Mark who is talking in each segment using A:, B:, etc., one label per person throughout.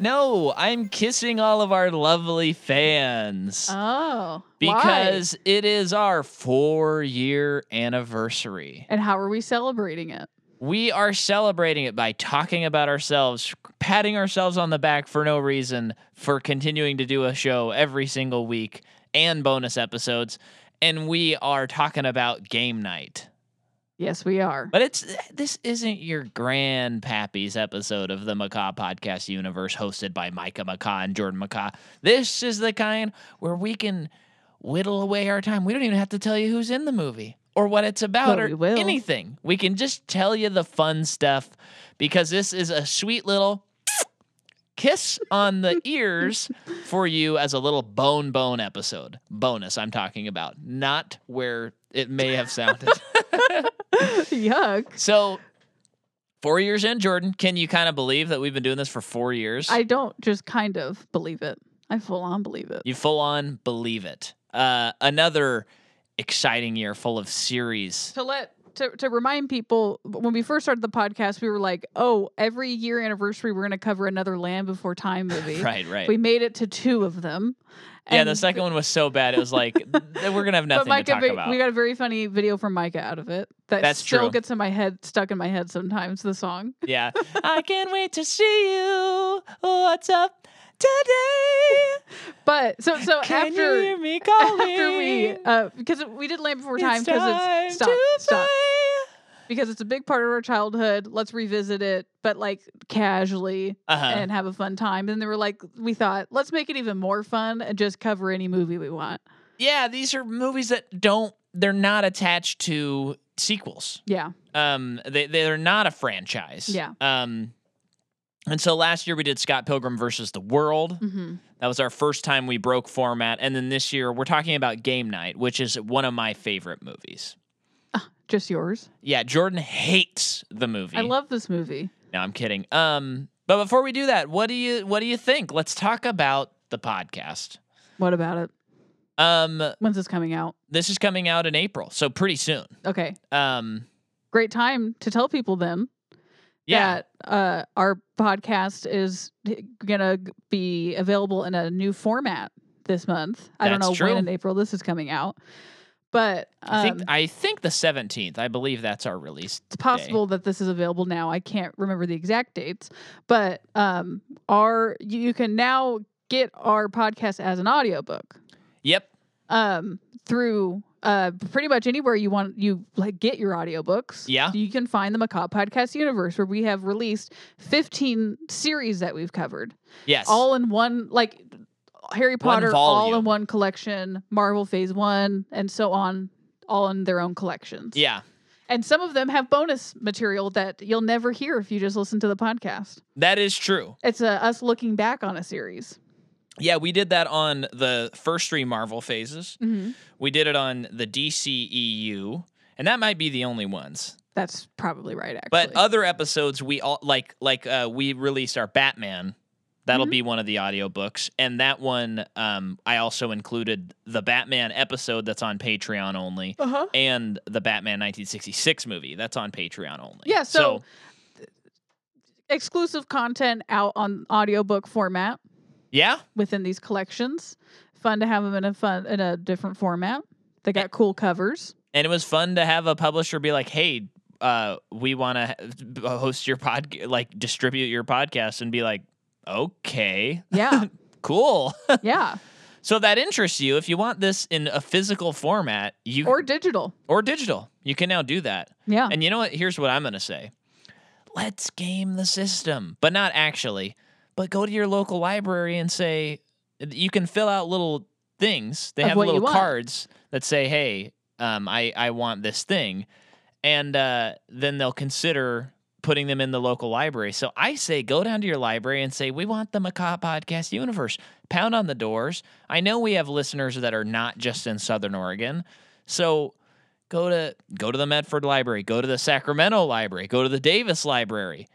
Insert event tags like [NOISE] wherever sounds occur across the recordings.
A: No, I'm kissing all of our lovely fans
B: Oh. why?
A: because it is our four year anniversary.
B: And how are we celebrating it?
A: We are celebrating it by talking about ourselves, patting ourselves on the back for no reason, for continuing to do a show every single week and bonus episodes. And we are talking about game night.
B: Yes, we
A: [LAUGHS]
B: are.
A: But it's eh, this isn't your grandpappy's episode of the Macaw Podcast Universe hosted by Micah Macaw and Jordan Macaw. This is the kind where we can whittle away our time. We don't even have to tell you who's in the movie or what it's about
B: But
A: or
B: we will.
A: anything. We can just tell you the fun stuff because this is a sweet little kiss on
B: [LAUGHS]
A: the ears for you as a little bone bone episode. Bonus I'm talking about, not where it may have sounded.
B: Yuck.
A: So, four years in, Jordan, can you kind of believe that we've been doing this for four years?
B: I don't just kind of believe it. I full on believe it.
A: you full on believe it. Uh, another exciting year full of series.
B: to let to, to remind people when we first started the podcast we were like oh every year anniversary we're going to cover another land before time
A: [LAUGHS]
B: movie
A: Right, right.
B: we made it to two of them
A: yeah, the
B: And-
A: second one was so bad. It was like, [LAUGHS] th- we're going to have
B: but
A: nothing to
B: Micah,
A: talk
B: vi-
A: about.
B: we got a very funny video from Micah out of it. That
A: That's
B: still
A: true.
B: gets in my head, stuck in my head sometimes. The song.
A: yeah. I can't wait to see you. What's up today?
B: But so so
A: Can
B: after
A: you hear me calling?
B: after we uh because we did Land Before Time because
A: time
B: it's stop
A: to
B: stop
A: play.
B: because it's a big part of our childhood. Let's revisit it, but like casually.
A: Uh-huh.
B: and have a fun time. And they were like, we thought, let's make it even more fun and just cover any movie we want.
A: Yeah, these are movies that don't they're not attached to sequels.
B: Yeah.
A: Um they they're not a franchise.
B: Yeah.
A: Um and so last year we did Scott Pilgrim versus the World.
B: Mm-hmm.
A: That was our first time we broke format and then this year we're talking about Game Night, which is one of my favorite movies.
B: Just yours.
A: Yeah, Jordan hates the movie.
B: I love this movie.
A: No, I'm kidding. Um but before we do that, what do you what do you think? Let's talk about the podcast.
B: What about it?
A: Um
B: When's this coming out?
A: this is coming out in April, so pretty soon.
B: Okay.
A: Um
B: Great time to tell people then
A: yeah.
B: that uh, our podcast is going to be available in a new format this month. I don't
A: That's
B: know
A: true.
B: when in April this is coming out, but
A: I
B: um,
A: think, I think the 17th. I believe that's our release.
B: it's possible that this is available now. I can't remember the exact dates, but um, our you, you can now get our podcast as an audiobook
A: Yep.
B: um, through uh, pretty much anywhere you want you like get your audiobooks.
A: Yeah.
B: you can find the Macaw Podcast Universe where we have released fifteen series that we've covered
A: Yes.
B: all in one like Harry Potter all
A: volume.
B: in one collection, Marvel Phase One, and so on, all in their own collections.
A: yeah.
B: And some of them have bonus material that you'll never hear if you just listen to the podcast.
A: That is true.
B: It's uh us looking back on a series.
A: Yeah, we did that on the first three Marvel phases. We did it on the DCEU, and that might be the only ones.
B: That's probably right, actually.
A: But other episodes we all like like uh we released our Batman. That'll
B: Mhm.
A: be one of the audiobooks. And that one um I also included the Batman episode that's on Patreon only
B: uh-huh.
A: and the Batman 1966 movie that's on Patreon only.
B: Yeah, so- exclusive content out on audiobook format
A: yeah,
B: within these collections. Fun to have them in a fun in a different format. They got cool covers.
A: and it was fun to have a publisher be like, "Hey, uh, we want to host your pod, like distribute your podcast," and be like, "Okay, [LAUGHS]
B: Yeah,
A: cool."
B: yeah,
A: so if that interests you. If you want this in a physical format, you
B: or digital.
A: or digital, you can now do that.
B: Yeah,
A: And you know what? Here's what I'm gonna say: Let's game the system, but not actually. But go to your local library and say you can fill out little things. They
B: Of
A: have
B: what you
A: little
B: want.
A: cards that say, "Hey, um, I I want this thing," and uh, then they'll consider putting them in the local library. So I say go down to your library and say, "We want the Macaw Podcast Universe." Pound on the doors. I know we have listeners that are not just in Southern Oregon, so go to go to the Medford Library, go to the Sacramento Library, go to the Davis Library,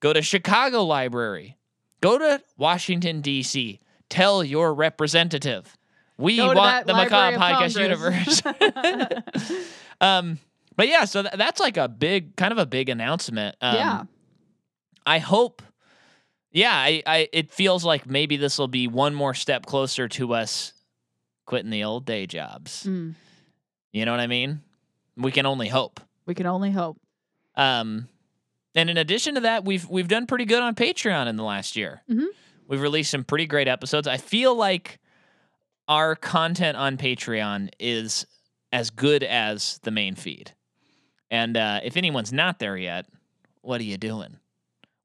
A: go to Chicago Library, go to Washington D.C. Tell your representative we
B: Go to
A: want
B: that
A: the Macaw
B: Library of
A: Podcast
B: Congress. [LAUGHS]
A: Universe. [LAUGHS] um, but yeah, so Um, th- that's like a big, kind of a big announcement. Um,
B: yeah.
A: I hope yeah, I, I it feels like maybe this will be one more step closer to us quitting the old day jobs.
B: Mm,
A: You know what I mean? We can only hope.
B: we can only hope.
A: Um, and in addition to that, we've we've done pretty good on Patreon in the last year.
B: Mhm.
A: We've released some pretty great episodes. I feel like our content on Patreon is as good as the main feed. And uh, if anyone's not there yet, what are you doing?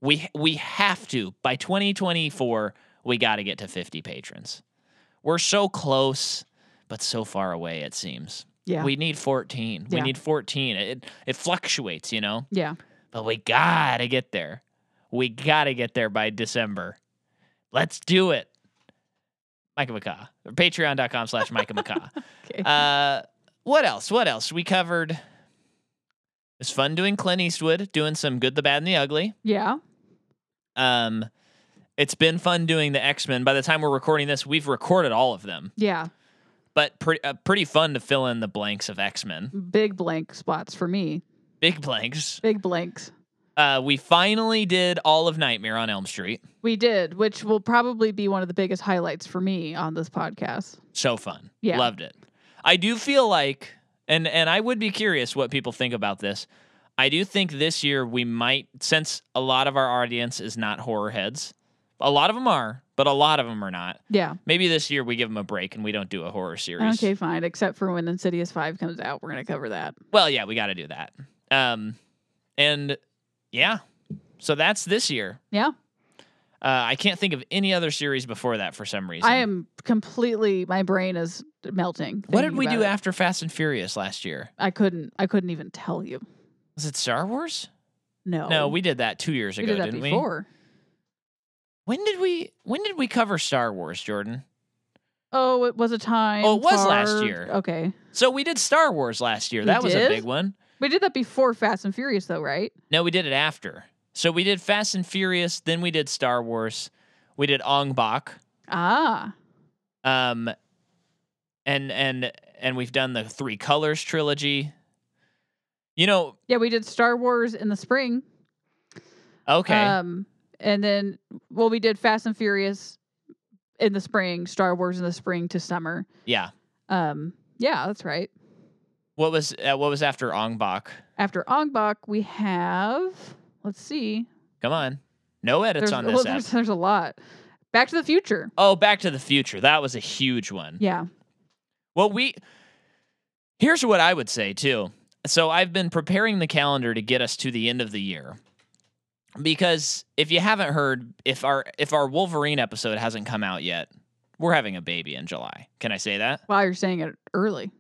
A: We we have to by 2024. We got to get to 50 patrons. We're so close, but so far away it seems.
B: Yeah.
A: We need 14. We
B: Yeah.
A: need 14. It it fluctuates, you know.
B: yeah.
A: But we got to get there. We got to get there by December. Let's do it. Micah McCaw. Patreon.com slash Micah McCaw.
B: Okay.
A: Uh, what else? What else? We covered. It's fun doing Clint Eastwood, doing some good, the bad, and the ugly.
B: yeah.
A: Um, it's been fun doing the X Men. By the time we're recording this, we've recorded all of them,
B: Yeah.
A: but pre- uh, pretty fun to fill in the blanks of X Men,
B: Big blank spots for me.
A: big blanks.
B: Big blanks.
A: Uh, we finally did all of Nightmare on Elm Street.
B: We did, which will probably be one of the biggest highlights for me on this podcast.
A: So fun.
B: Yeah.
A: Loved it. I do feel like and and I would be curious what people think about this. I do think this year we might since a lot of our audience is not horror heads. A lot of them are, but a lot of them are not.
B: Yeah.
A: Maybe this year we give them a break and we don't do a horror series.
B: Okay, fine. Except for when Insidious 5 comes out, we're going to cover that.
A: Well, yeah, we got to do that. Um and yeah. So that's this year.
B: Yeah.
A: Uh, I can't think of any other series before that for some reason.
B: I am completely, my brain is melting.
A: What did
B: thinking
A: we
B: about
A: do
B: it.
A: after Fast and Furious last year?
B: I couldn't, I couldn't even tell you.
A: Was it Star Wars?
B: No.
A: No, we did that two years
B: Oh. We
A: ago,
B: did that
A: not
B: before.
A: we? When did we when did we cover Star Wars, Jordan?
B: Oh, it was a time.
A: Oh, it was last
B: far-
A: year.
B: Okay.
A: So we did Star Wars last year.
B: We
A: that was a
B: did?
A: big one.
B: We did that before Fast and Furious, though, right?
A: No, we did it after. So we did Fast and Furious, then we did Star Wars, we did Ong Bak,
B: Ah,
A: um, and and and we've done the Three Colors trilogy. You know,
B: yeah, we did Star Wars in the spring.
A: okay,
B: Um, and then, well, we did Fast and Furious in the spring, Star Wars in the spring to summer.
A: yeah.
B: Um, yeah, that's right.
A: What was uh, what was after Ong Bak?
B: After Ongbok, we have let's see.
A: Come on, no edits
B: There's,
A: on this.
B: [LAUGHS] well,
A: app.
B: there's, there's a lot. Back to the Future.
A: Oh, Back to the Future. That was a huge one.
B: Yeah.
A: Well, we here's what I would say too. So I've been preparing the calendar to get us to the end of the year. Because if you haven't heard, if our if our Wolverine episode hasn't come out yet, we're having a baby in July. Can I say that?
B: Wow, you're saying it early.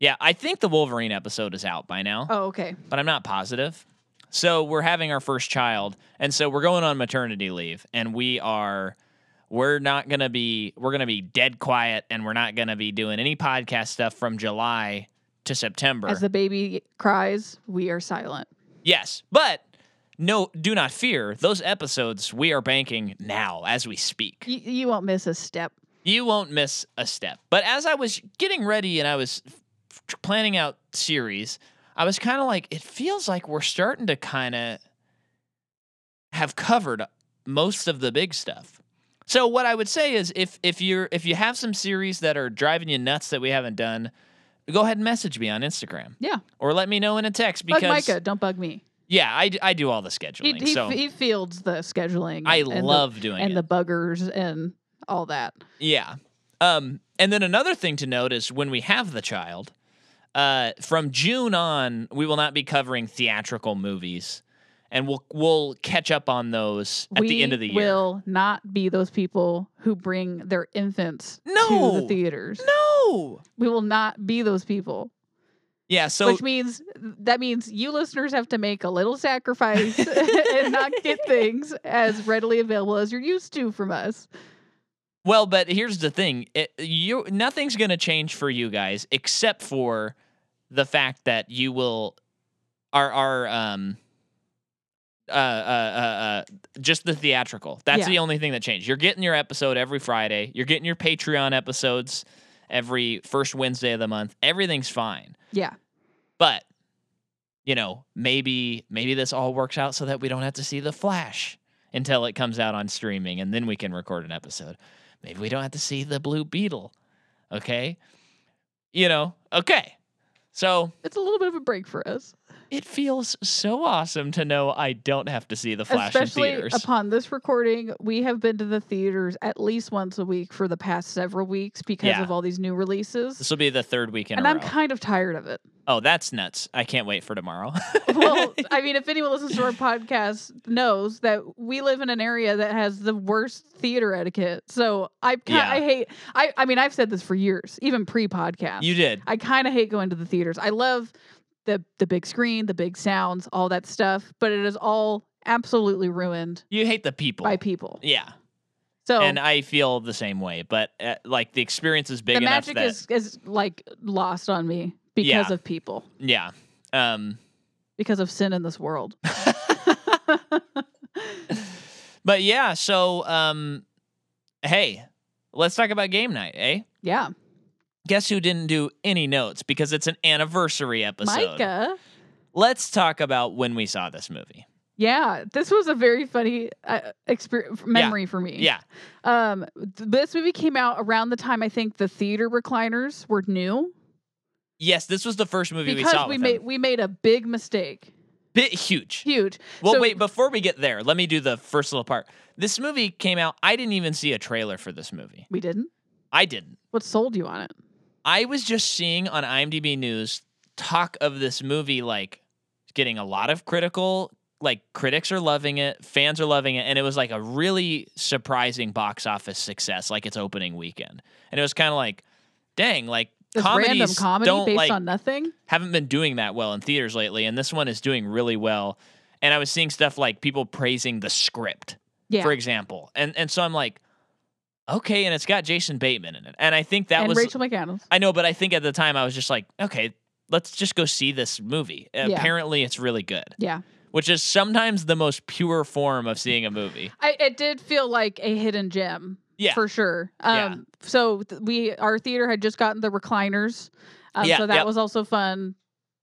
A: Yeah, I think the Wolverine episode is out by now,
B: Oh, okay.
A: but I'm not positive. So we're having our first child, and so we're going on maternity leave, and we are we're not gonna be we're gonna be dead quiet, and we're not gonna be doing any podcast stuff from July to September.
B: As the baby cries, we are silent.
A: Yes, but no, do not fear. Those episodes we are banking now as we speak.
B: Y- you won't miss a step.
A: You won't miss a step. But as I was getting ready and I was f- planning out series, I was kind of like, it feels like we're starting to kind of have covered most of the big stuff. So what I would say is if if you're if you have some series that are driving you nuts that we haven't done, go ahead and message me on Instagram.
B: Yeah.
A: Or let me know in a text
B: Bug
A: because
B: Micah, don't bug me.
A: yeah, I, d- I do all the scheduling.
B: He, he,
A: so
B: he fields the scheduling.
A: I
B: and the-
A: love doing
B: and
A: it.
B: the buggers and all that.
A: yeah. Um, and then another thing to note is when we have the child, uh, from June on, we will not be covering theatrical movies, and we'll we'll catch up on those at
B: we
A: the end of the year.
B: will not be those people who bring their infants to
A: No.
B: the theaters.
A: No.
B: We will not be those people.
A: Yeah. So
B: which means that means you listeners have to make a little
A: [LAUGHS]
B: sacrifice and not get things as readily available as you're used to from us.
A: Well, but here's the thing: it, you nothing's going to change for you guys except for the fact that you will our our um uh uh uh, uh just the theatrical. That's
B: Yeah.
A: the only thing that changed. You're getting your episode every Friday. You're getting your Patreon episodes every first Wednesday of the month. Everything's fine,
B: Yeah.
A: but you know maybe maybe this all works out so that we don't have to see the Flash until it comes out on streaming and then we can record an episode. Maybe we don't have to see the blue beetle. Okay? You know, okay. So
B: It's a little bit of a break for us,
A: it feels so awesome to know I don't have to see the Flash
B: especially
A: in theaters.
B: upon this recording. We have been to the theaters at least once a week for the past several weeks because
A: Yeah.
B: of all these new releases,
A: this will be the third week in
B: and
A: a
B: I'm
A: row.
B: kind of tired of it.
A: oh, that's nuts. I can't wait for tomorrow. [LAUGHS]
B: well, I mean, if anyone listens to our podcast knows that we live in an area that has the worst theater etiquette. So I, ki-
A: Yeah.
B: I hate. I, I mean, I've said this for years, even pre-podcast.
A: [LAUGHS] you did.
B: I kind of hate going to the theaters. I love the the big screen, the big sounds, all that stuff, but it is all absolutely ruined
A: You hate the people.
B: by Oh. people.
A: yeah.
B: So
A: And I feel the same way, but uh, like the experience is big
B: the
A: enough
B: magic
A: that
B: is is like lost on me because
A: Yeah.
B: of people,
A: yeah. Um
B: because of sin in this world.
A: [LAUGHS]
B: [LAUGHS]
A: but yeah, so um hey, let's talk about game night, eh?
B: yeah,
A: Guess who didn't do any notes because it's an anniversary episode.
B: Micah.
A: Let's talk about when we saw this movie.
B: Yeah, this was a very funny uh, experience memory for me.
A: Yeah.
B: Um, th- this movie came out around the time I think the theater recliners were new
A: Yes, this was the first movie
B: because
A: we saw. with him.
B: made we made a big mistake,
A: Bit huge.
B: huge.
A: Well,
B: So-
A: wait, before we get there, let me do the first little part. This movie came out, I didn't even see a trailer for this movie.
B: We didn't.
A: I didn't.
B: What sold you on it?
A: I was just seeing on IMDb News talk of this movie, like getting a lot of critical, like critics are loving it, fans are loving it, and it was like a really surprising box office success, like its opening weekend. And it was kind of like, dang, like
B: This random
A: comedies
B: comedy
A: don't
B: based
A: like
B: on nothing.
A: haven't been doing that well in theaters lately, and this one is doing really well. And I was seeing stuff like people praising the script,
B: Yeah,
A: for example, and and so I'm like, okay, and it's got Jason Bateman in it, and I think that
B: and
A: was
B: Rachel McAdams.
A: I know, but I think at the time I was just like, okay, let's just go see this movie.
B: Yeah.
A: Apparently, it's really good,
B: Yeah,
A: which is sometimes the most pure form of seeing a movie.
B: I, it did feel like a hidden gem
A: Yeah,
B: for sure.
A: Yeah.
B: Um, so th- we our theater had just gotten the recliners, um,
A: Yeah,
B: so that
A: yep.
B: was also fun,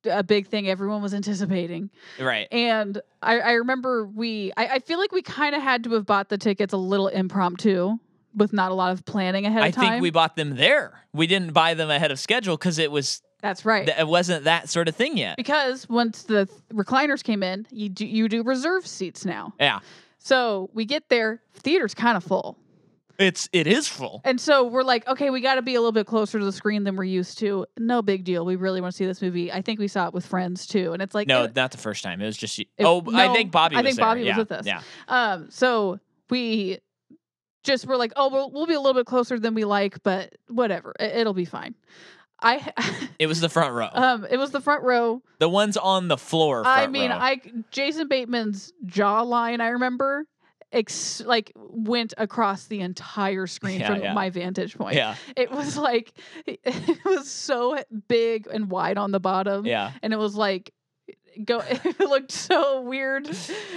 B: a big thing everyone was anticipating.
A: right.
B: And I, I remember we, I, I feel like we kind of had to have bought the tickets a little impromptu with not a lot of planning ahead of
A: I
B: time.
A: think we bought them there. We didn't buy them ahead of schedule because it was
B: That's right.
A: th- it wasn't that sort of thing yet.
B: because once the th- recliners came in, you do you do reserve seats now.
A: Yeah,
B: So we get there, theater's kind of full.
A: it's it is full.
B: And so we're like, okay, we got to be a little bit closer to the screen than we're used to. No big deal. We really want to see this movie. I think we saw it with friends too. And it's like,
A: no,
B: it-
A: not the first time. It was just. you oh, I
B: no,
A: think Bobby.
B: I
A: was
B: think
A: there.
B: Bobby was
A: yeah,
B: with us.
A: Yeah,
B: Um, so we just were like, oh, we'll, we'll be a little bit closer than we like, but whatever, it, it'll be fine. I, [LAUGHS]
A: it was the front row.
B: um, it was the front row.
A: the ones on the floor.
B: I
A: front
B: mean,
A: row.
B: I Jason Bateman's jawline. I remember, ex- like went across the entire screen
A: Yeah,
B: from
A: yeah.
B: my vantage point.
A: Yeah,
B: It was like [LAUGHS] it was so big and wide on the bottom,
A: yeah.
B: and it was like go. [LAUGHS] It looked so weird.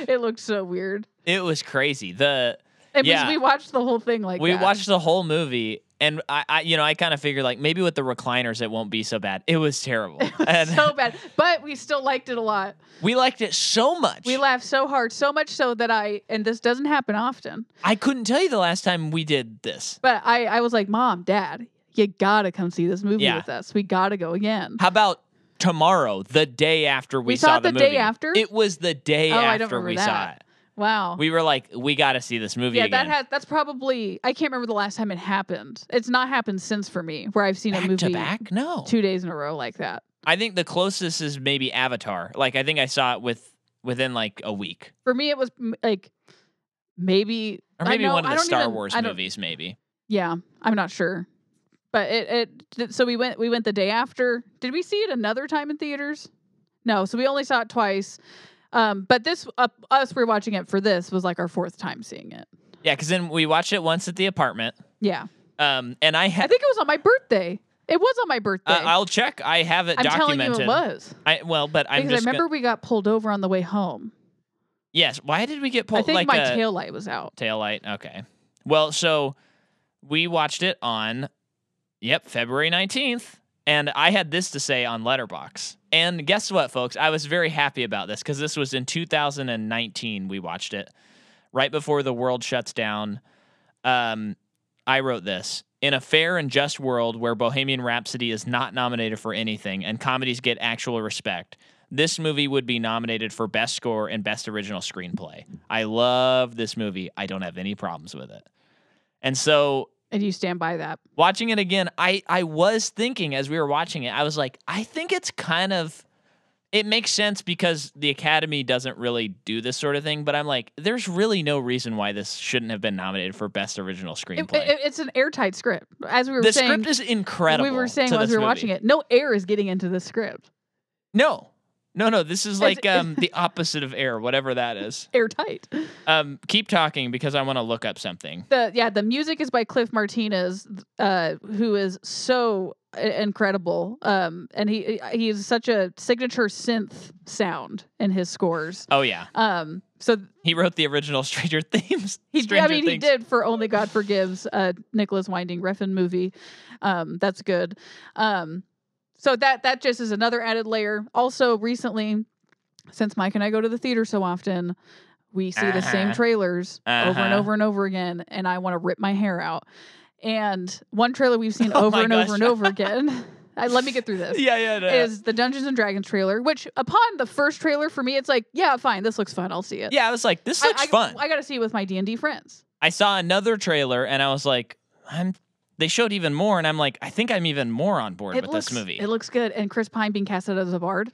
B: It looked so weird.
A: It was crazy. The
B: It was-
A: Yeah.
B: we watched the whole thing like
A: we
B: that.
A: watched the whole movie and I, I you know i kind of figured like maybe with the recliners it won't be so bad it was
B: [LAUGHS]
A: terrible [LAUGHS] and
B: so bad, but we still liked it a lot.
A: we liked it so much
B: We laughed so hard, so much so that I and this doesn't happen often,
A: i couldn't tell you the last time we did this
B: but I I was like, Mom, Dad, you gotta come see this movie
A: Yeah.
B: with us. We gotta go again.
A: how about tomorrow the day after we,
B: We saw it
A: the
B: the day
A: movie?
B: after?
A: it was the day
B: Oh, I don't
A: after we
B: remember
A: saw
B: that.
A: it
B: Wow.
A: we were like we gotta see this movie
B: yeah,
A: again
B: that has that's probably I can't remember the last time it happened. It's not happened since for me where I've seen
A: back
B: a movie
A: to back no
B: two days in a row like that.
A: i think the closest is maybe avatar like i think i saw it with within like a week
B: For me, it was m- like maybe
A: or
B: I
A: maybe
B: know-
A: one of
B: I
A: the
B: don't
A: star
B: even-
A: wars
B: I don't-
A: movies maybe
B: Yeah, I'm not sure, but it it th- so we went we went the day after. Did we see it another time in theaters? No, so we only saw it twice. Um, but this uh, us were watching it for this was like our fourth time seeing it.
A: yeah because then we watched it once at the apartment
B: Yeah,
A: um and i had
B: I think it was on my birthday. It was on my birthday.
A: Uh, I'll check. I have it
B: I'm telling
A: documented.
B: you, it was
A: I well, but I'm
B: because I
A: just
B: remember
A: gonna-
B: we got pulled over on the way home.
A: yes. Why did we get
B: I
A: pulled?
B: think
A: like
B: my
A: a
B: tail light was out.
A: tail light. Okay. Well, so we watched it on, yep, February nineteenth, and I had this to say on Letterbox. And guess what, folks? I was very happy about this because this was in 2019. We watched it right before the world shuts down. Um, I wrote this. In a fair and just world where Bohemian Rhapsody is not nominated for anything and comedies get actual respect, this movie would be nominated for Best Score and Best Original Screenplay. I love this movie. I don't have any problems with it. And so
B: And you stand by that.
A: watching it again, I I was thinking as we were watching it, I was like, I think it's kind of it makes sense because the Academy doesn't really do this sort of thing, but I'm like, there's really no reason why this shouldn't have been nominated for Best Original
B: It-
A: Screenplay.
B: it- it's an airtight script. As we were
A: the
B: saying,
A: script is incredible.
B: we were saying
A: to
B: as
A: this
B: we were
A: movie.
B: watching it, no air is getting into the script.
A: No, no, no. This is like
B: it's- [LAUGHS]
A: um, the opposite of air, whatever that is.
B: Airtight.
A: Um, keep talking because I want to look up something.
B: The yeah, the music is by Cliff Martinez, uh, who is so i- incredible. Um, and he he's such a signature synth sound in his scores.
A: Oh yeah,
B: Um, so
A: he wrote the original [LAUGHS] Stranger Themes.
B: He,
A: Stranger
B: I mean,
A: Things.
B: he did for Only God Forgives, uh, Nicholas Winding Refn movie. Um, that's good. Um, so that that just is another added layer. Also, recently, since Mike and I go to the theater so often, we see the same
A: Uh-huh.
B: trailers over and
A: Uh-huh.
B: over and over again, and I want to rip my hair out. And one trailer we've seen
A: [LAUGHS] Oh
B: over
A: my
B: and over
A: gosh.
B: and over again. [LAUGHS] I, let me get through this.
A: Yeah, [LAUGHS] yeah, no.
B: Is the Dungeons and Dragons trailer, which upon the first trailer for me, it's like, yeah, fine, this looks fun, I'll see it.
A: yeah. I was like, this
B: I-
A: looks
B: I,
A: fun.
B: I got to see it with my D and D friends.
A: I saw another trailer and I was like, I'm. They showed even more, and I'm like, I think I'm even more on board with
B: looks,
A: this movie.
B: It looks good, and Chris Pine being casted as a bard,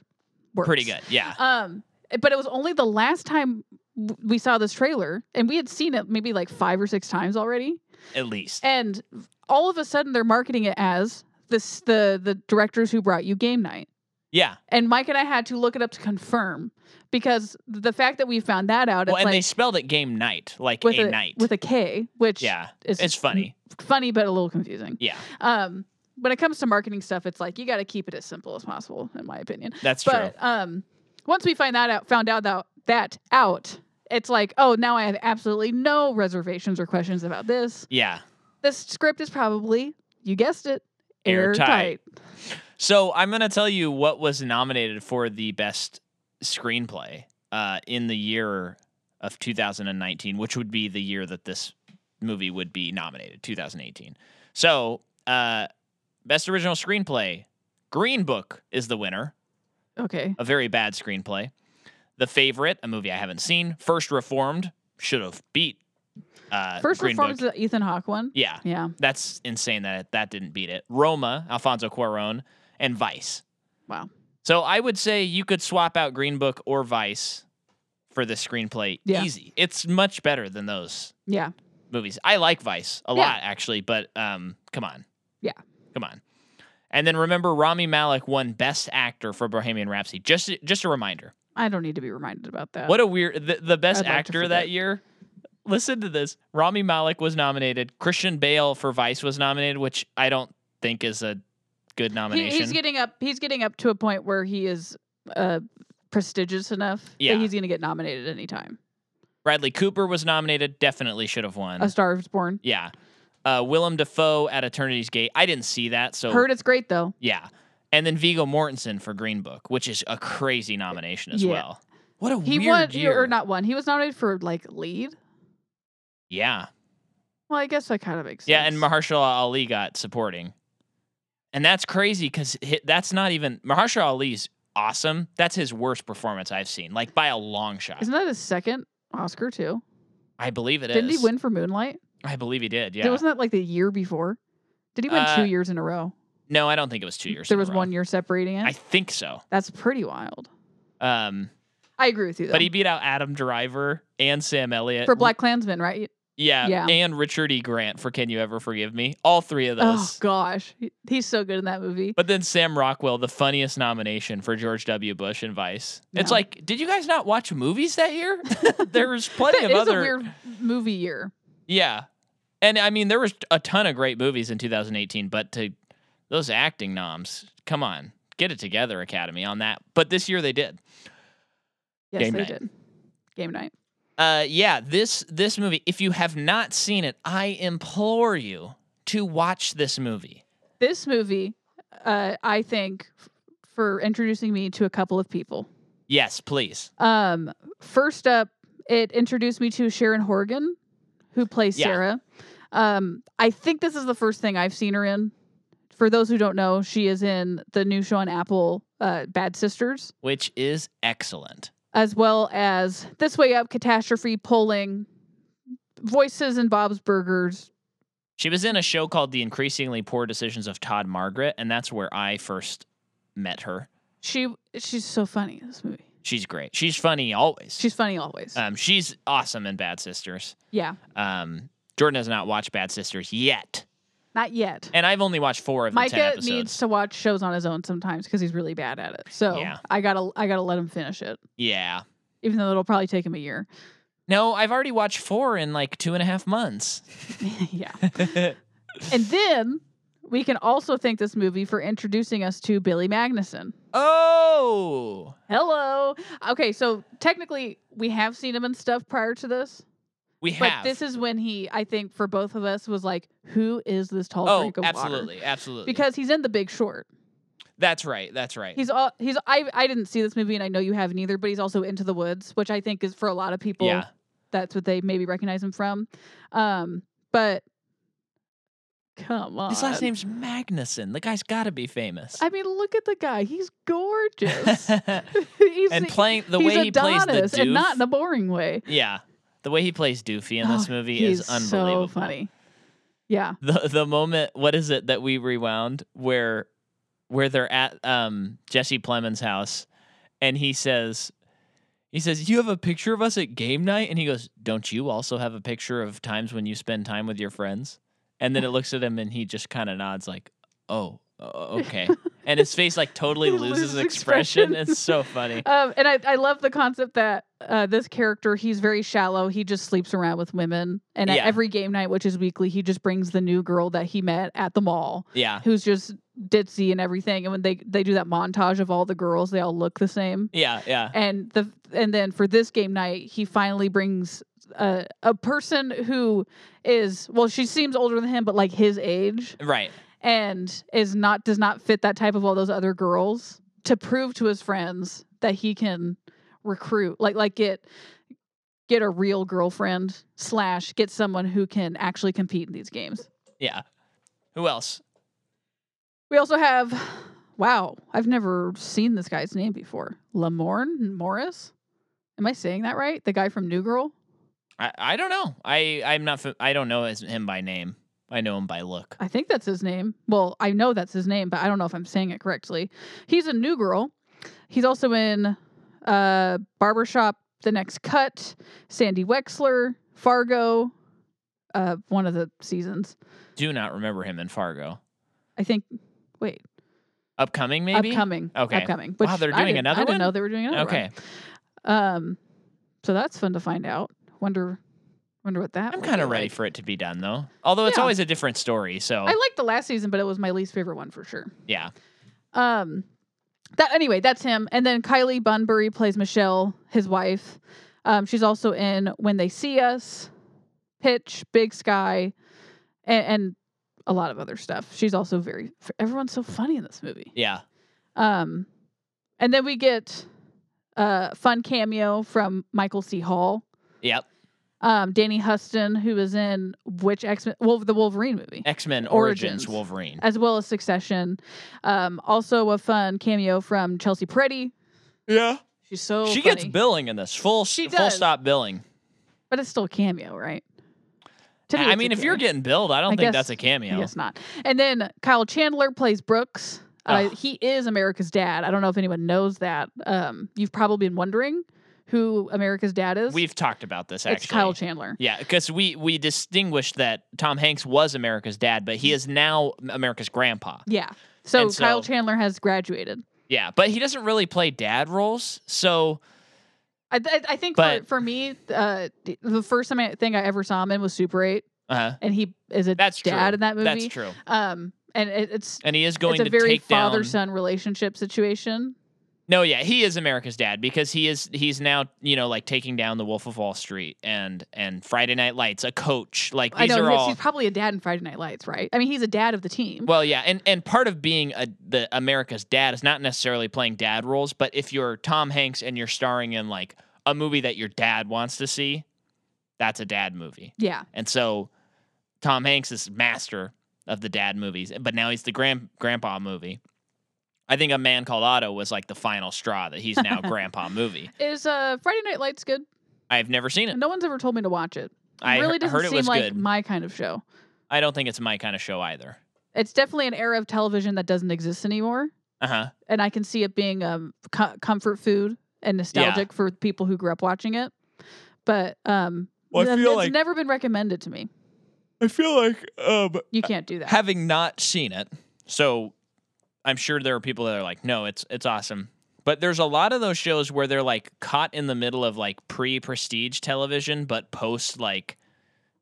B: works.
A: Pretty good, yeah.
B: Um, but it was only the last time w- we saw this trailer, and we had seen it maybe like five or six times already,
A: At least,
B: and all of a sudden they're marketing it as this the the directors who brought you Game Night.
A: yeah.
B: And Mike and I had to look it up to confirm because the fact that we found that out,
A: Well,
B: it's
A: and they
B: like
A: spelled it game night, like
B: with
A: a, night.
B: with a K, which
A: yeah,
B: is
A: it's funny.
B: funny but a little confusing.
A: Yeah,
B: Um, when it comes to marketing stuff, it's like you got to keep it as simple as possible, in my opinion.
A: that's
B: [LAUGHS]
A: true.
B: but um, once we find that out, found out that that out, it's like, oh, now I have absolutely no reservations or questions about this.
A: Yeah.
B: This script is probably, you guessed it,
A: Airtight. So I'm gonna tell you what was nominated for the best screenplay uh, in the year of 2019, which would be the year that this movie would be nominated, 2018. So uh, best original screenplay, Green Book is the winner,
B: Okay,
A: a very bad screenplay. The Favorite, a movie I haven't seen. First Reformed should have beat uh,
B: first
A: Green
B: reforms
A: Book.
B: the Ethan Hawke one.
A: Yeah,
B: Yeah,
A: that's insane that it, that didn't beat it. Roma, Alfonso Cuarón, and Vice.
B: wow.
A: So I would say you could swap out Green Book or Vice for the screenplay
B: Yeah.
A: easy. It's much better than those
B: Yeah,
A: movies. I like Vice a
B: Yeah.
A: lot actually, but um come on.
B: Yeah.
A: Come on. And then remember Rami Malik won best actor for Bohemian Rhapsody. Just just a reminder.
B: I don't need to be reminded about that.
A: What a weird the, the best
B: I'd like to
A: actor
B: forget.
A: that year. Listen to this. Rami Malik was nominated. Christian Bale for Vice was nominated, which I don't think is a good
B: He-
A: nomination.
B: he's getting up. He's getting up to a point where he is uh, prestigious enough
A: Yeah.
B: that he's going to get nominated anytime.
A: Bradley Cooper was nominated, definitely should have won.
B: A Star is Born.
A: Yeah. Uh, Willem Dafoe at Eternity's Gate. I didn't see that, so
B: Heard it's great though.
A: yeah. And then Vigo Mortensen for Green Book, which is a crazy nomination as
B: Yeah.
A: well. What a
B: He
A: weird
B: won
A: year.
B: or not won. He was nominated for like lead.
A: Yeah,
B: Well, I guess that kind of makes sense.
A: yeah. And Mahershala Ali got supporting, and that's crazy because that's not even Mahershala Ali's awesome. That's his worst performance I've seen, like by a long shot.
B: isn't that his second Oscar too?
A: I believe it
B: Didn't
A: is.
B: he win for Moonlight?
A: I believe he did.
B: Did-
A: Yeah.
B: Wasn't that like the year before? Did he win
A: Uh,
B: two years in a row?
A: no, I don't think it was two years.
B: There
A: in a
B: was
A: row.
B: one year separating it.
A: I think so.
B: That's pretty wild.
A: Um,
B: I agree with you. Though.
A: but he beat out Adam Driver and Sam Elliott
B: Um, for Black Klansman, right?
A: Yeah,
B: Yeah.
A: and Richard E. Grant for Can You Ever Forgive Me? All three of
B: Oh
A: those.
B: gosh, He- he's so good in that movie.
A: But then Sam Rockwell, the funniest nomination for George W. Bush and Vice. It's
B: No.
A: like, did you guys not watch movies that
B: [LAUGHS]
A: year? there was plenty
B: That
A: of
B: is
A: other.
B: a weird movie year.
A: Yeah, and I mean, there was a ton of great movies in 2018. But to those acting noms, come on, get it together, Academy, on that. But this year they did.
B: Yes,
A: Game
B: they
A: night.
B: did. Game night.
A: Uh, yeah, this this movie. If you have not seen it, I implore you to watch this movie.
B: This movie, uh, I think, f- for introducing me to a couple of people.
A: Yes, please.
B: Um, first up it introduced me to Sharon Horgan, who plays
A: Yeah.
B: Sarah. Um, I think this is the first thing I've seen her in. For those who don't know, she is in the new show on Apple, uh, Bad Sisters,
A: which is excellent.
B: as well as This Way Up, Catastrophe, Polling, Voices and Bob's Burgers.
A: She was in a show called The Increasingly Poor Decisions of Todd Margaret, and that's where I first met her.
B: She she's so funny in this movie.
A: She's great. She's funny always.
B: She's funny always.
A: um, she's awesome in Bad Sisters.
B: yeah,
A: Um, Jordan has not watched Bad Sisters yet,
B: not yet.
A: and I've only watched four of the ten
B: Micah
A: episodes.
B: needs to watch shows on his own sometimes because he's really bad at it. So
A: Yeah.
B: I gotta I gotta let him finish it,
A: yeah.
B: even though it'll probably take him a year.
A: No, I've already watched four in like two and a half months.
B: [LAUGHS] yeah. And then we can also thank this movie for introducing us to Billy Magnuson.
A: oh,
B: Hello. Okay, so technically we have seen him in stuff prior to this,
A: we
B: but
A: have.
B: this is when he, I think, for both of us, was like, "Who is this tall
A: oh,
B: drink of water?"
A: absolutely, absolutely.
B: Because he's in The Big Short.
A: that's right, that's right.
B: He's all he's. I I didn't see this movie, and I know you haven't either. But he's also Into the Woods, which I think is for a lot of people.
A: yeah,
B: that's what they maybe recognize him from. Um, but come on,
A: his last name's Magnuson. The guy's got to be famous.
B: I mean, look at the guy. He's
A: [LAUGHS]
B: gorgeous. [LAUGHS] he's
A: and playing the
B: he's
A: way he plays the
B: Adonis,
A: doof.
B: and not in a boring way.
A: yeah, the way he plays Doofy in this
B: Oh,
A: movie
B: he's
A: is unbelievable.
B: So funny. Yeah,
A: The the moment, what is it that we rewound where where they're at um, Jesse Plemons' house, and he says. He says, "You have a picture of us at game night," and he goes, "Don't you also have a picture of times when you spend time with your friends?" And then it looks at him, and he just kind of nods, like, "Oh, uh,
B: [LAUGHS]
A: okay." and his face like totally
B: He
A: loses,
B: loses
A: expression.
B: expression.
A: It's so funny.
B: um, and I, I love the concept that uh, this character he's very shallow. He just sleeps around with women, and
A: Yeah.
B: at every game night, which is weekly, he just brings the new girl that he met at the mall.
A: Yeah,
B: who's just ditzy and everything. And when they they do that montage of all the girls, they all look the same.
A: yeah, yeah.
B: And the and then for this game night, he finally brings a a person who is well, she seems older than him, but like his age,
A: Right.
B: and is not does not fit that type of all those other girls to prove to his friends that he can recruit like like get get a real girlfriend slash get someone who can actually compete in these games.
A: Yeah. Who else?
B: We also have, wow, I've never seen this guy's name before. Lamorne Morris. Am I saying that right? The guy from New Girl.
A: I, I don't know. I I'm not. fa- I don't know his, him by name. I know him by look.
B: I think that's his name. Well, I know that's his name, but I don't know if I'm saying it correctly. He's in New Girl. He's also in uh, Barbershop, The Next Cut, Sandy Wexler, Fargo, uh, one of the seasons.
A: Do not remember him in Fargo.
B: I think. Wait,
A: Upcoming maybe.
B: upcoming.
A: Okay.
B: upcoming.
A: Wow,
B: which
A: they're
B: I
A: doing
B: didn't-
A: another
B: I didn't
A: one?
B: know they were doing another one.
A: Okay.
B: Um, so that's fun to find out. Wonder, wonder what that.
A: I'm
B: will
A: kind
B: be
A: of ready
B: like.
A: for it to be done though. Although it's
B: Yeah.
A: always a different story. So
B: I liked the last season, but it was my least favorite one for sure.
A: yeah.
B: Um, that anyway, that's him. And then Kylie Bunbury plays Michelle, his wife. Um, she's also in When They See Us, Pitch, Big Sky, and, and a lot of other stuff. She's also very. Everyone's so funny in this movie.
A: Yeah.
B: Um, and then we get a fun cameo from Michael C. Hall.
A: Yep.
B: um, Danny Huston, who was in which X Men, well, the Wolverine movie,
A: X Men Origins.
B: Origins.
A: Wolverine.
B: as well as Succession. Um, also a fun cameo from Chelsea Peretti.
A: Yeah.
B: She's so
A: she gets
B: funny.
A: billing in this full.
B: She
A: full
B: does.
A: stop billing.
B: but it's still a cameo, right? To me,
A: I
B: it's a
A: mean, if you're
B: cameo.
A: getting billed, I don't
B: I
A: think
B: guess-
A: that's a cameo.
B: I guess not. And then Kyle Chandler plays Brooks. Uh,
A: Ugh.
B: he is America's dad. I don't know if anyone knows that. Um, you've probably been wondering who America's dad is.
A: We've talked about this
B: it's
A: actually.
B: Kyle Chandler.
A: Yeah, because we we distinguished that Tom Hanks was America's dad, but he is now America's grandpa.
B: Yeah. So,
A: And so-
B: Kyle Chandler has graduated.
A: Yeah, but he doesn't really play dad roles, so
B: I, I, I think
A: But-
B: for, for me, uh, th- the first time I think I ever saw him in was Super Eight,
A: uh,
B: and he is a
A: That's
B: dad
A: true.
B: in that movie.
A: that's true.
B: Um, and it, it's
A: And he is going
B: it's a
A: to
B: very
A: take down.
B: father son relationship situation.
A: No, yeah, he is America's dad because he is he's now you know like taking down the Wolf of Wall Street and and Friday Night Lights, a coach. Like
B: I
A: these
B: know
A: are
B: he's,
A: all
B: he's probably a dad in Friday Night Lights, right? I mean, he's a dad of the team.
A: Well, yeah, and and part of being a the America's dad is not necessarily playing dad roles, but if you're Tom Hanks and you're starring in like a movie that your dad wants to see, that's a dad movie.
B: Yeah.
A: And so Tom Hanks is master of the dad movies, but now he's the grand grandpa movie. I think A Man Called Otto was like the final straw that
B: [LAUGHS]
A: he's now grandpa movie.
B: Is uh Friday Night Lights good?
A: I've never seen it.
B: No one's ever told me to watch it. It
A: I
B: really
A: he-
B: doesn't
A: heard it
B: seem
A: was
B: like
A: good.
B: my kind of show.
A: I don't think it's my kind of show either.
B: It's definitely an era of television that doesn't exist anymore,
A: Uh huh.
B: and I can see it being um co- comfort food and nostalgic for people who grew up watching it. But um,
A: Well, I
B: th-
A: feel
B: it's
A: like-
B: never been recommended to me.
A: I feel like um,
B: You can't do that.
A: having not seen it, so I'm sure there are people that are like, no, it's it's awesome. But there's a lot of those shows where they're like caught in the middle of like pre prestige television, but post like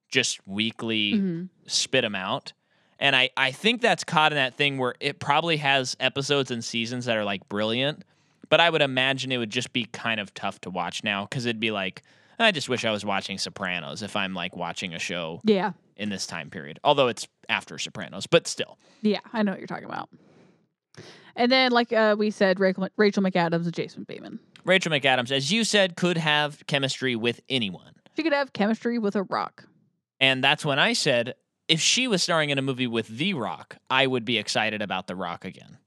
A: just weekly
B: Mhm.
A: spit them out. And I, I think that's caught in that thing where it probably has episodes and seasons that are like brilliant, but I would imagine it would just be kind of tough to watch now because it'd be like, I just wish I was watching Sopranos if I'm like watching a show
B: Yeah,
A: in this time period, although it's after Sopranos, but still.
B: yeah, I know what you're talking about. And then, like uh, we said, Rachel, Rachel McAdams and Jason Bateman.
A: Rachel McAdams, as you said, could have chemistry with anyone.
B: She could have chemistry with a rock.
A: And that's when I said, if she was starring in a movie with The Rock, I would be excited about The Rock again.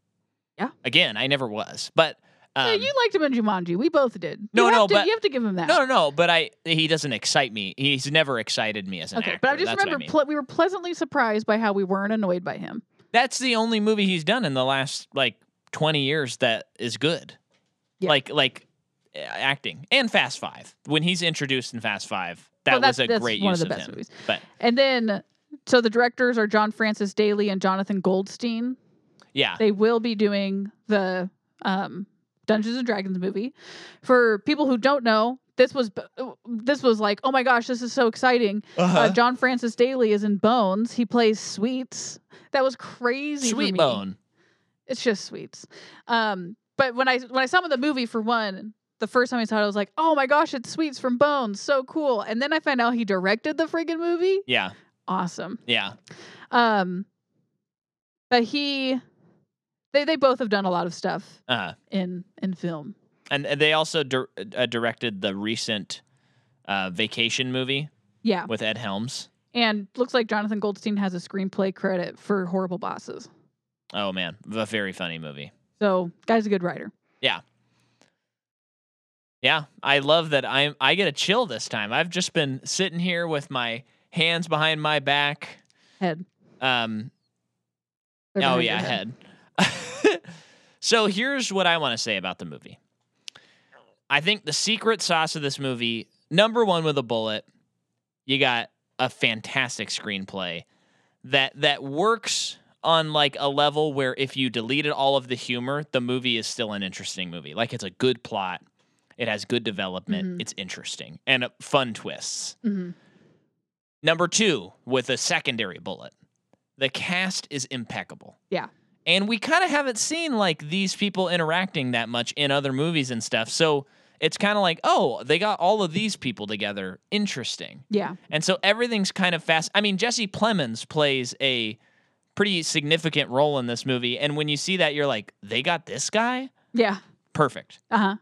B: Yeah.
A: Again, I never was, but. Um,
B: yeah, you liked him in Jumanji. We both did.
A: No,
B: you have
A: no,
B: to,
A: but-
B: you have to give him that.
A: No, no, no. But I he doesn't excite me. He's never excited me as an
B: okay,
A: actor.
B: but I just
A: That's what
B: remember
A: mean.
B: ple- we were pleasantly surprised by how we weren't annoyed by him.
A: that's the only movie he's done in the last like twenty years that is good.
B: Yeah.
A: Like like uh, acting and Fast Five. When he's introduced in Fast Five, that
B: Well, that's,
A: was a
B: that's
A: great
B: one
A: use
B: of the best
A: him.
B: movies.
A: But
B: And then, so the directors are John Francis Daly and Jonathan Goldstein.
A: yeah,
B: They will be doing the um, Dungeons and Dragons movie. For people who don't know, this was b- uh, this was like, oh my gosh, this is so exciting.
A: Uh-huh.
B: Uh, John Francis Daly is in Bones. He plays Sweets. That was crazy. for
A: Sweet
B: me.
A: Bone.
B: It's just sweets. Um, but when I when I saw him in the movie for one, the first time I saw it, I was like, oh my gosh, it's sweets from Bones, so cool. And then I found out he directed the friggin' movie.
A: Yeah,
B: Awesome.
A: yeah.
B: Um, but he, they they both have done a lot of stuff
A: Uh,
B: in in film.
A: and, and they also dir- uh, directed the recent uh, vacation movie
B: Yeah,
A: with Ed Helms.
B: and looks like Jonathan Goldstein has a screenplay credit for Horrible Bosses.
A: Oh man, a very funny movie.
B: So guy's a good writer.
A: Yeah, I love that I'm I get a chill this time. I've just been sitting here with my hands behind my back.
B: Head.
A: Um
B: They're
A: oh
B: behind
A: yeah,
B: your
A: head. [LAUGHS] so here's what I want to say about the movie. I think the secret sauce of this movie, number 1 with a bullet, you got a fantastic screenplay that that works on like a level where if you deleted all of the humor, the movie is still an interesting movie. Like it's a good plot. It has good development.
B: Mhm.
A: It's interesting and uh, fun twists.
B: Mhm.
A: Number two, with a secondary bullet, the cast is impeccable.
B: Yeah.
A: And we kind of haven't seen like these people interacting that much in other movies and stuff. So it's kind of like, oh, they got all of these people together. Interesting.
B: Yeah.
A: And so everything's kind of fast. I mean, Jesse Plemons plays a pretty significant role in this movie. And when you see that, you're like, they got this guy?
B: Yeah.
A: Perfect.
B: Uh huh.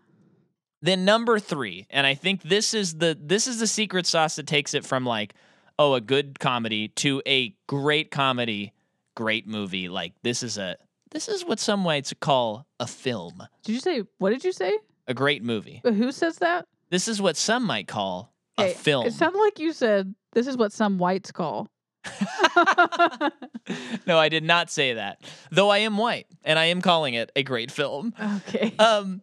A: Then number three, and I think this is the this is the secret sauce that takes it from like, oh, a good comedy to a great comedy, great movie. Like this is a this is what some might call a film.
B: Did you say what did you say?
A: A great movie.
B: Who says that?
A: This is what some might call a
B: Hey,
A: film.
B: It sounded like you said this is what some whites call.
A: [LAUGHS] no, I did not say that. Though I am white and I am calling it a great film.
B: okay.
A: Um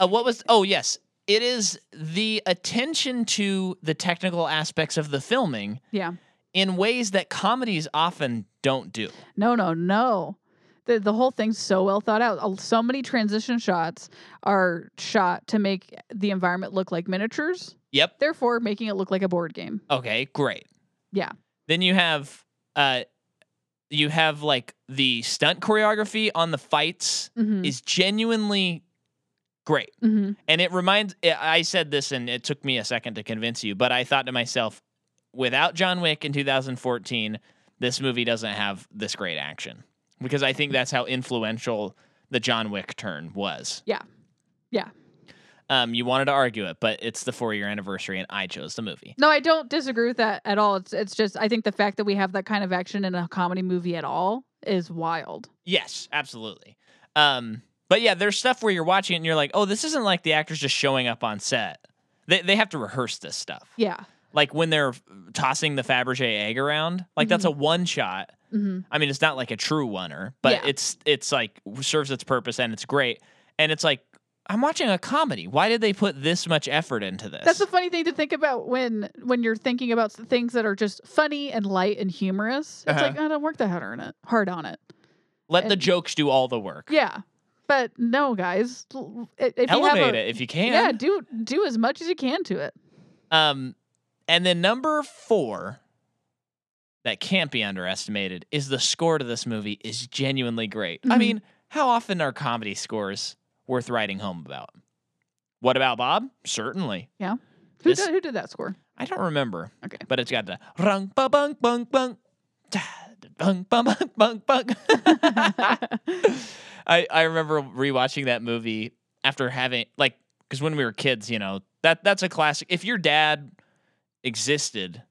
A: uh, what was Oh, yes. It is the attention to the technical aspects of the filming
B: yeah.
A: in ways that comedies often don't do.
B: No, no, no. The the whole thing's so well thought out. Uh, So many transition shots are shot to make the environment look like miniatures,
A: Yep.
B: therefore making it look like a board game.
A: Okay, great.
B: Yeah.
A: Then you have uh you have like the stunt choreography on the fights
B: Mm-hmm.
A: is genuinely great.
B: hmm
A: And it reminds eh, I I said this and it took me a second to convince you, but I thought to myself, without John Wick in 2014, this movie doesn't have this great action. Because I think that's how influential the John Wick turn was.
B: Yeah. Yeah.
A: Um, you wanted to argue it, but it's the four year anniversary, and I chose the movie.
B: No, I don't disagree with that at all. It's it's just I think the fact that we have that kind of action in a comedy movie at all is wild.
A: Yes, absolutely. Um, but yeah, there's stuff where you're watching it and you're like, oh, this isn't like the actors just showing up on set. They they have to rehearse this stuff.
B: Yeah.
A: Like when they're tossing the Fabergé egg around, like that's a
B: Mm-hmm.
A: one shot.
B: hmm
A: I mean, it's not like a true oneer, but
B: Yeah.
A: it's it's like serves its purpose and it's great. And it's like I'm watching a comedy. Why did they put this much effort into this?
B: That's a funny thing to think about when when you're thinking about s- things that are just funny and light and humorous. It's
A: Uh-huh.
B: like I don't work that hard on it. Hard on it.
A: Let the jokes do all the work.
B: Yeah. But no, guys. l- i- If you have
A: Elevate
B: a,
A: it if you can.
B: Yeah, do do as much as you can to it.
A: Um, and then number four that can't be underestimated is the score to this movie is genuinely great. I
B: Mhm.
A: mean, how often are comedy scores worth writing home about? What about Bob? Certainly.
B: Who
A: This-
B: did, who did that score? [LAUGHS]
A: [LAUGHS] I don't remember.
B: Okay.
A: But it's got the rung ba bunk bunk bunk ta, da, bunk bunk
B: [LAUGHS]
A: bunk bunk bunk. [LAUGHS] I I remember rewatching that movie after having like because when we were kids, you know that that's a classic. If your dad existed,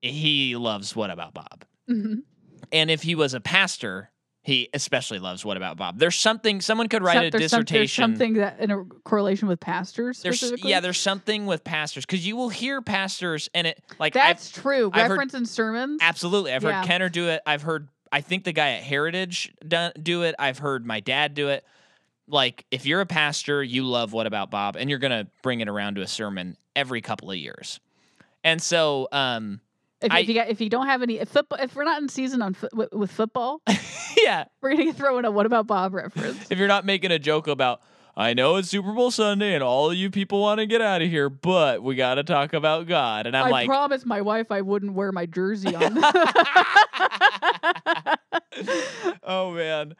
A: he loves What About Bob,
B: Mhm.
A: and if he was a pastor, he especially loves What About Bob. There's something someone could
B: Some-
A: write a
B: there's some- there's
A: dissertation.
B: something that in a correlation with pastors.
A: there's
B: specifically?
A: yeah, there's something with pastors because you will hear pastors and it like I've
B: That's true.
A: I've heard-
B: Reference in sermons.
A: Absolutely. I've
B: Yeah.
A: heard Kenner do it. I've heard I think the guy at Heritage done, do it. I've heard my dad do it. Like if you're a pastor, you love what about Bob and you're going to bring it around to a sermon every couple of years. And so um [LAUGHS]
B: If,
A: I-
B: if you got, if you don't have any if football, if we're not in season on foot with, with football, [LAUGHS]
A: yeah,
B: we're gonna get thrown a "What About Bob" reference.
A: if you're not making a joke about I know it's Super Bowl Sunday and all you people want to get out of here, but we got to talk about God. And I'm
B: I
A: like
B: promised my wife I wouldn't wear my jersey
A: [LAUGHS]
B: on. [LAUGHS]
A: oh man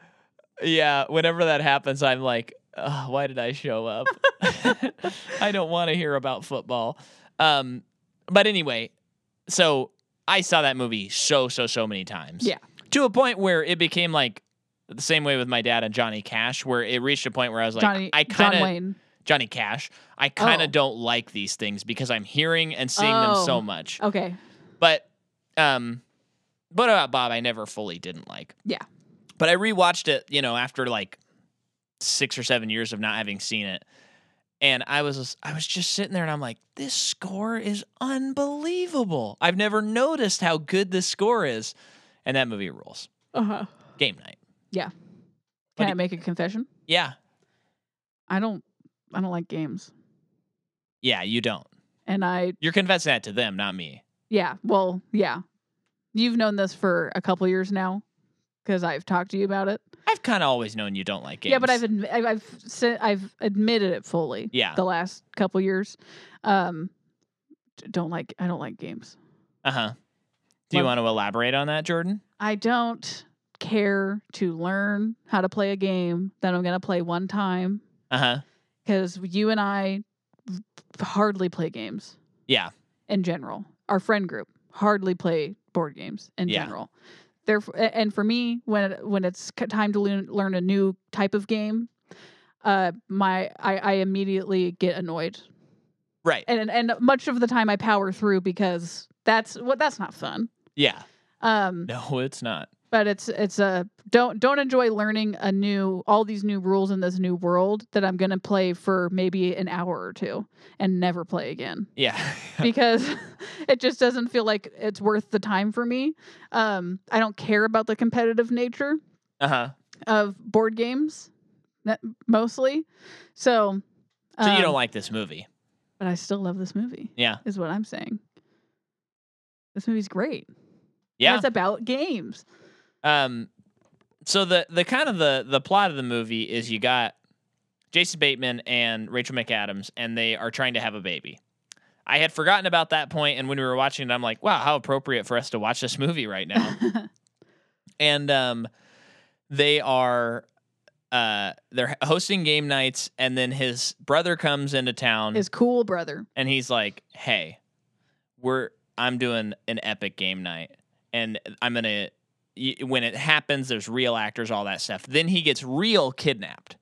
A: yeah whenever that happens i'm like "Ugh, why did i show up [LAUGHS] i don't want to hear about football um but anyway so i saw that movie so so so many times
B: Yeah.
A: to a point where it became like the same way with my dad and johnny cash where it reached a point where i was like
B: Johnny,
A: i
B: John
A: kind of
B: Wayne.
A: johnny cash i kind of
B: Oh.
A: don't like these things because i'm hearing and seeing them so
B: Oh.
A: much
B: Okay,
A: but um but about Bob I never fully didn't like.
B: Yeah.
A: But I rewatched it, you know, after like 6 or 7 years of not having seen it. And I was I was just sitting there and I'm like this score is unbelievable. I've never noticed how good this score is. And that movie rules.
B: uh-huh.
A: Game night. What
B: can
A: do
B: I
A: you-
B: make a confession?
A: Yeah.
B: I don't, I don't like games,
A: Yeah, you don't.
B: and I
A: You're confessing that to them, not me.
B: yeah, well yeah, you've known this for a couple years now because I've talked to you about it.
A: I've kind of always known you don't like games.
B: Yeah, but I've admi- I've I've, said, I've admitted it fully.
A: Yeah.
B: the last couple years. Um, d- don't like I don't like games.
A: Uh-huh. Do you
B: Love-
A: want to elaborate on that, Jordan?
B: I don't care to learn how to play a game that I'm gonna play one time
A: Uh-huh.
B: because you and I hardly play games
A: Yeah.
B: in general. Our friend group hardly play board games in
A: Yeah.
B: general. Therefore, a- and for me, when it- when it's c- time to learn learn a new type of game, uh, my I, I immediately get annoyed
A: Right.
B: and and much of the time I power through because that's what that's not fun.
A: Yeah.
B: Um,
A: No, it's not.
B: but it's it's a don't don't enjoy learning a new all these new rules in this new world that I'm gonna play for maybe an hour or two and never play again
A: Yeah. [LAUGHS]
B: because [LAUGHS] it just doesn't feel like it's worth the time for me. Um, I don't care about the competitive nature
A: Uh huh.
B: of board games, that- mostly. So,
A: So you
B: um,
A: don't like this movie?
B: but I still love this movie.
A: Yeah.
B: is what I'm saying. This movie's great. and
A: Yeah.
B: it's about games.
A: Um. So the the kind of the the plot of the movie is you got Jason Bateman and Rachel McAdams, and they are trying to have a baby. I had forgotten about that point, and when we were watching it, I'm like, wow, how appropriate for us to watch this movie
B: [LAUGHS]
A: right now. and um, they are. Uh, they're hosting game nights, and then his brother comes into town.
B: His cool brother.
A: and he's like, "Hey, we're I'm doing an epic game night, and I'm gonna y- when it happens, there's real actors, all that stuff. Then he gets real kidnapped,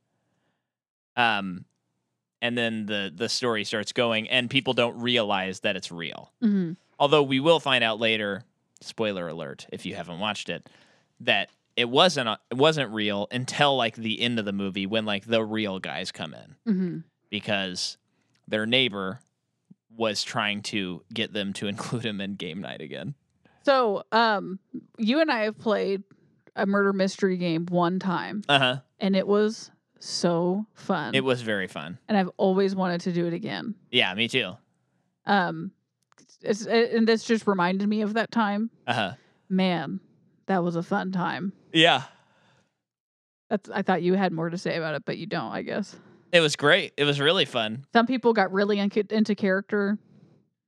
A: um, and then the the story starts going, and people don't realize that it's real.
B: hmm
A: Although we will find out later, spoiler alert, if you haven't watched it, that it wasn't a- it wasn't real until like the end of the movie when like the real guys come in
B: hmm
A: because their neighbor was trying to get them to [LAUGHS] include him in game night again.
B: So, um, you and I have played a murder mystery game one time,
A: Uh huh.
B: and it was so fun.
A: It was very fun.
B: and I've always wanted to do it again.
A: Yeah, me too.
B: Um, it's, and this just reminded me of that time.
A: Uh huh.
B: Man, that was a fun time.
A: Yeah.
B: That's. I thought you had more to say about it, but you don't. I guess
A: It was great. It was really fun.
B: some people got really in- into character.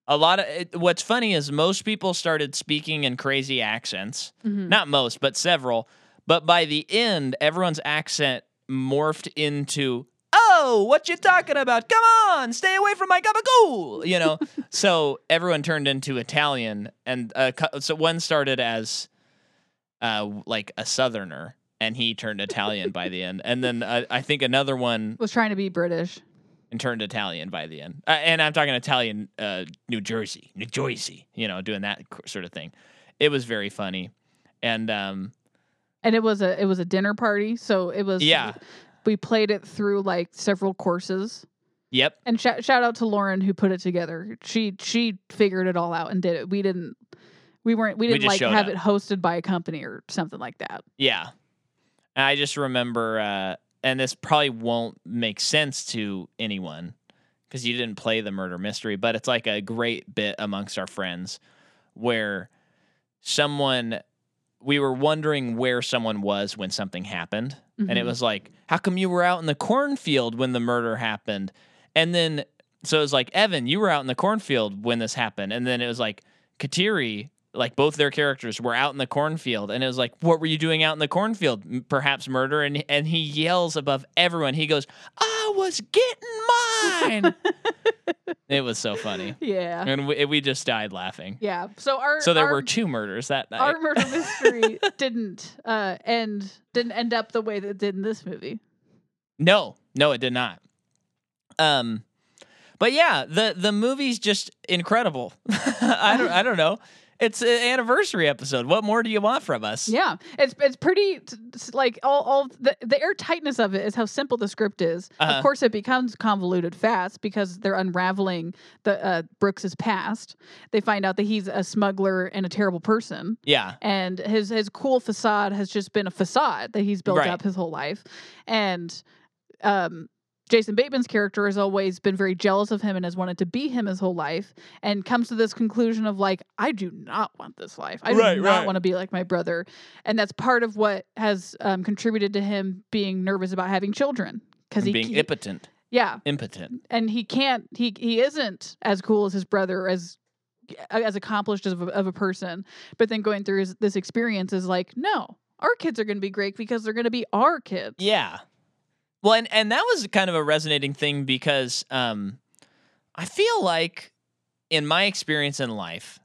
A: A lot of it, what's funny is most people started speaking in crazy accents.
B: Mhm.
A: Not most, but several. But by the end, everyone's accent morphed into "Oh, what you talking about? Come on, stay away from my gabagool." You know. [LAUGHS] so everyone turned into Italian, and uh, cu- so one started as uh, like a Southerner, and he turned Italian by the end. And then uh, I think another one
B: was trying to be British.
A: and turned Italian by the end. Uh, and I'm talking Italian, uh, New Jersey, New Jersey, you know, doing that c- sort of thing. It was very funny. And um,
B: and it was a it was a dinner party so it was
A: yeah,
B: we played it through like several courses
A: yep,
B: and shout shout out to lauren who put it together she she figured it all out and did it we didn't we weren't we
A: We
B: didn't
A: just
B: like
A: showed
B: have
A: up.
B: it hosted by a company or something like that
A: yeah. And I just remember, uh, and this probably won't make sense to anyone because you didn't play the murder mystery, but it's like a great bit amongst our friends where someone, we were wondering where someone was when something happened. and it
B: Mhm.
A: was like, "How come you were out in the cornfield when the murder happened?" And then so it was like, "Evan, you were out in the cornfield when this happened," and then it was like, "Kateri." Like both their characters were out in the cornfield, and it was like, "What were you doing out in the cornfield? M- Perhaps murder." And and he yells above everyone. He goes, "I was getting
B: [LAUGHS]
A: mine." it was so funny,
B: yeah
A: and we, we just died laughing.
B: yeah so our
A: So there
B: our,
A: were two murders that night.
B: our murder
A: [LAUGHS]
B: mystery didn't uh end didn't end up the way that it did in this movie
A: No, no, it did not. Um, but yeah, the the movie's just incredible. [LAUGHS] I don't I don't know. It's an anniversary episode. What more do you want from us?
B: yeah it's it's pretty t- t- like all all the, the airtightness of it is how simple the script is
A: Uh-huh.
B: of course it becomes convoluted fast because they're unraveling the uh, brooks's past they find out that he's a smuggler and a terrible person
A: Yeah.
B: and his his cool facade has just been a facade that he's built
A: Right.
B: up his whole life and um Jason Bateman's character has always been very jealous of him and has wanted to be him his whole life and comes to this conclusion of like I do not want this life. I do
A: Right,
B: not
A: right.
B: want to be like my brother. And that's part of what has um, contributed to him being nervous about having children cuz
A: And
B: he
A: being
B: he-
A: impotent.
B: yeah,
A: Impotent.
B: and he can't he he isn't as cool as his brother as as accomplished as of a, of a person but then going through his, this experience is like no our kids are going to be great because they're going to be our kids
A: Yeah. Well, and, and that was kind of a resonating thing because um I feel like in my experience in life,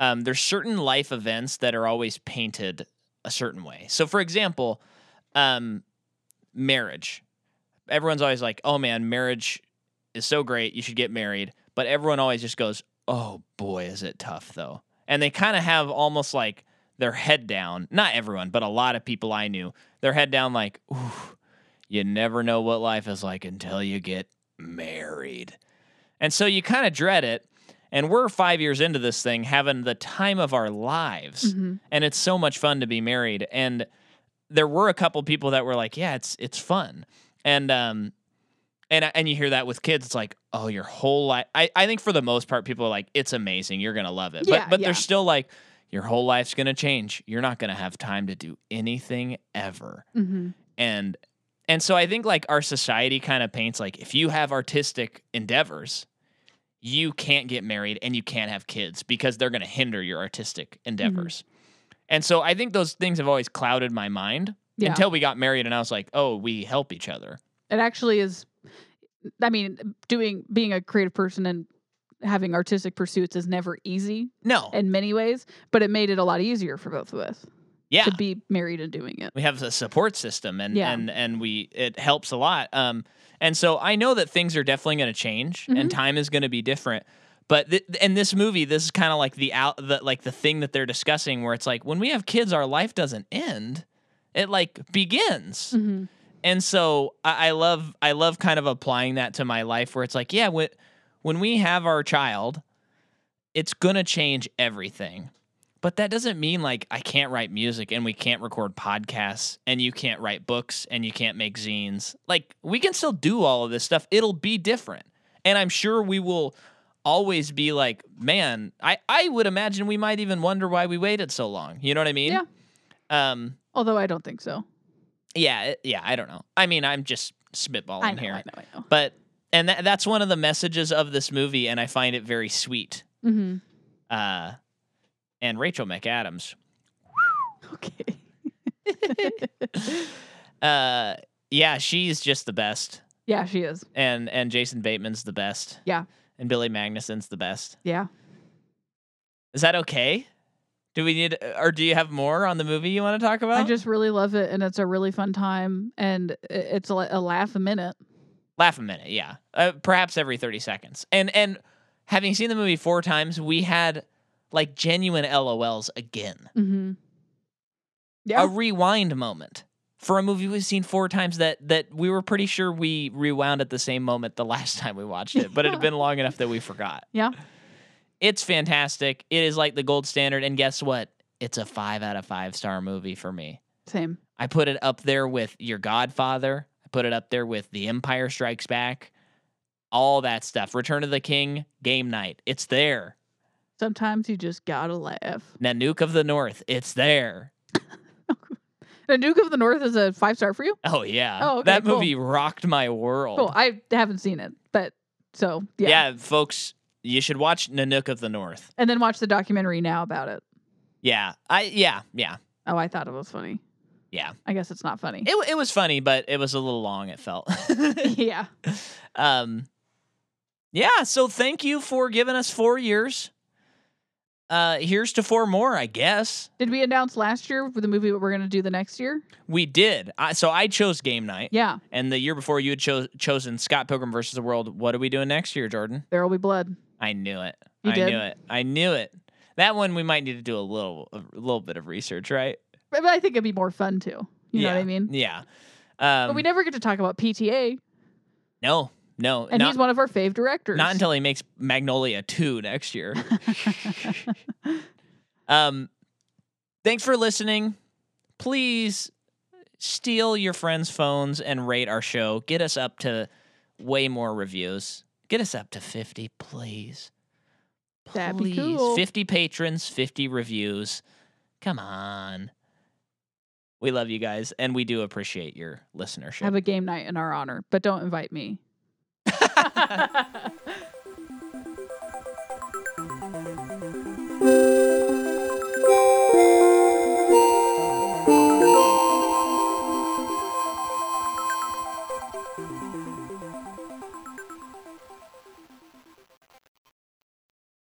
A: um, there's certain life events that are always painted a certain way. So, for example, um, marriage. Everyone's always like, "Oh man, marriage is so great. You should get married." But everyone always just goes, "Oh boy, is it tough though." And they kind of have almost like their head down. Not everyone, but a lot of people I knew, their head down, like, "Ooh, you never know what life is like until you get married." And so you kind of dread it. And we're five years into this thing, having the time of our lives
B: Mhm.
A: and it's so much fun to be married and there were a couple people that were like yeah it's it's fun and um and and you hear that with kids it's like oh your whole life I, I think for the most part people are like it's amazing you're gonna love it
B: Yeah,
A: but but
B: yeah.
A: they're still like your whole life's gonna change you're not gonna have time to do anything ever
B: Mhm.
A: and and so i think like our society kind of paints like if you have artistic endeavors you can't get married and you can't have kids because they're going to hinder your artistic endeavors and so i think those things have always clouded my mind
B: yeah
A: until we got married and i was like oh we help each other
B: it actually is i mean doing being a creative person and having artistic pursuits is never easy
A: no
B: in many ways but it made it a lot easier for both of us
A: Yeah.
B: to be married and doing it.
A: we have a support system and
B: Yeah.
A: and and we it helps a lot um and so i know that things are definitely going to change and time is going to be different but th- in this movie this is kind of like the out the like the thing that they're discussing where it's like when we have kids our life doesn't end it like begins
B: Mhm.
A: and so I, I love I love kind of applying that to my life where it's like, yeah, when when we have our child, it's gonna change everything. But that doesn't mean like I can't write music and we can't record podcasts and you can't write books and you can't make zines. Like we can still do all of this stuff. It'll be different. And I'm sure we will always be like, man, I, I would imagine we might even wonder why we waited so long. You know what I mean?
B: Yeah.
A: Um
B: Although I don't think so.
A: yeah, it- yeah, I don't know. I mean, I'm just spitballing
B: I know,
A: here.
B: I know, I know.
A: But and that that's one of the messages of this movie and I find it very sweet.
B: hmm
A: Uh and Rachel
B: [LAUGHS]
A: McAdams.
B: Okay. Mm-hmm,
A: [LAUGHS] Uh yeah, she's just the best.
B: yeah, she is.
A: And and Jason Bateman's the best.
B: Yeah.
A: And Billy Magnuson's the best.
B: Yeah.
A: Is that okay? Do we need uh, or do you have more on the movie you want to talk about?
B: I just really love it, and it's a really fun time, and i- it's a, a laugh a minute.
A: laugh a minute yeah uh, perhaps every 30 seconds and and having seen the movie four times we had like genuine lol's again
B: Mm-hmm. Yeah.
A: a rewind moment for a movie we've seen four times that that we were pretty sure we rewound at the same moment the last [LAUGHS] time we watched it but it had been long enough that we forgot
B: [LAUGHS] Yeah.
A: it's fantastic it is like the gold standard and guess what it's a five out of five star movie for me
B: Same.
A: I put it up there with Your Godfather. I put it up there with The Empire Strikes Back. All that stuff. Return of the King, Game Night. It's there.
B: Sometimes you just gotta laugh.
A: Nanook of the North. It's there.
B: The Duke of the North is a five star for you.
A: Oh yeah.
B: Oh, okay,
A: that
B: cool.
A: movie rocked my world.
B: Cool. I haven't seen it, but so yeah.
A: yeah. folks, you should watch Nanook of the North.
B: And then watch the documentary now about it.
A: Yeah. I yeah, yeah.
B: Oh, I thought it was funny.
A: Yeah.
B: I guess it's not funny. [LAUGHS]
A: It w- it was funny, but it was a little long it felt. [LAUGHS]
B: yeah.
A: Um, yeah. So thank you for giving us four years. Uh, here's to four more, I guess.
B: Did we announce last year for the movie what we're gonna do the next year?
A: We did. I, so I chose game night,
B: Yeah.
A: and the year before you had cho- chosen Scott Pilgrim versus the World. What are we doing next year, Jordan?
B: There will be blood.
A: I knew it.
B: You
A: I
B: did?
A: knew it. I knew it. That one we might need to do a little, a little bit of research, right?
B: But but I think it'd be more fun too. You
A: yeah.
B: know what I mean?
A: Yeah. Um,
B: but we never get to talk about PTA,
A: no, no,
B: and
A: not,
B: he's one of our fave directors.
A: Not until he makes Magnolia 2
B: [LAUGHS]
A: next year. um, thanks for listening. Please steal your friends' phones and rate our show. Get us up to way more reviews. Get us up to 50, please.
B: That'd be
A: please.
B: cool.
A: 50 patrons, 50 reviews. Come on. We love you guys, and we do appreciate your listenership. [LAUGHS]
B: have a game night in our honor, but don't invite me.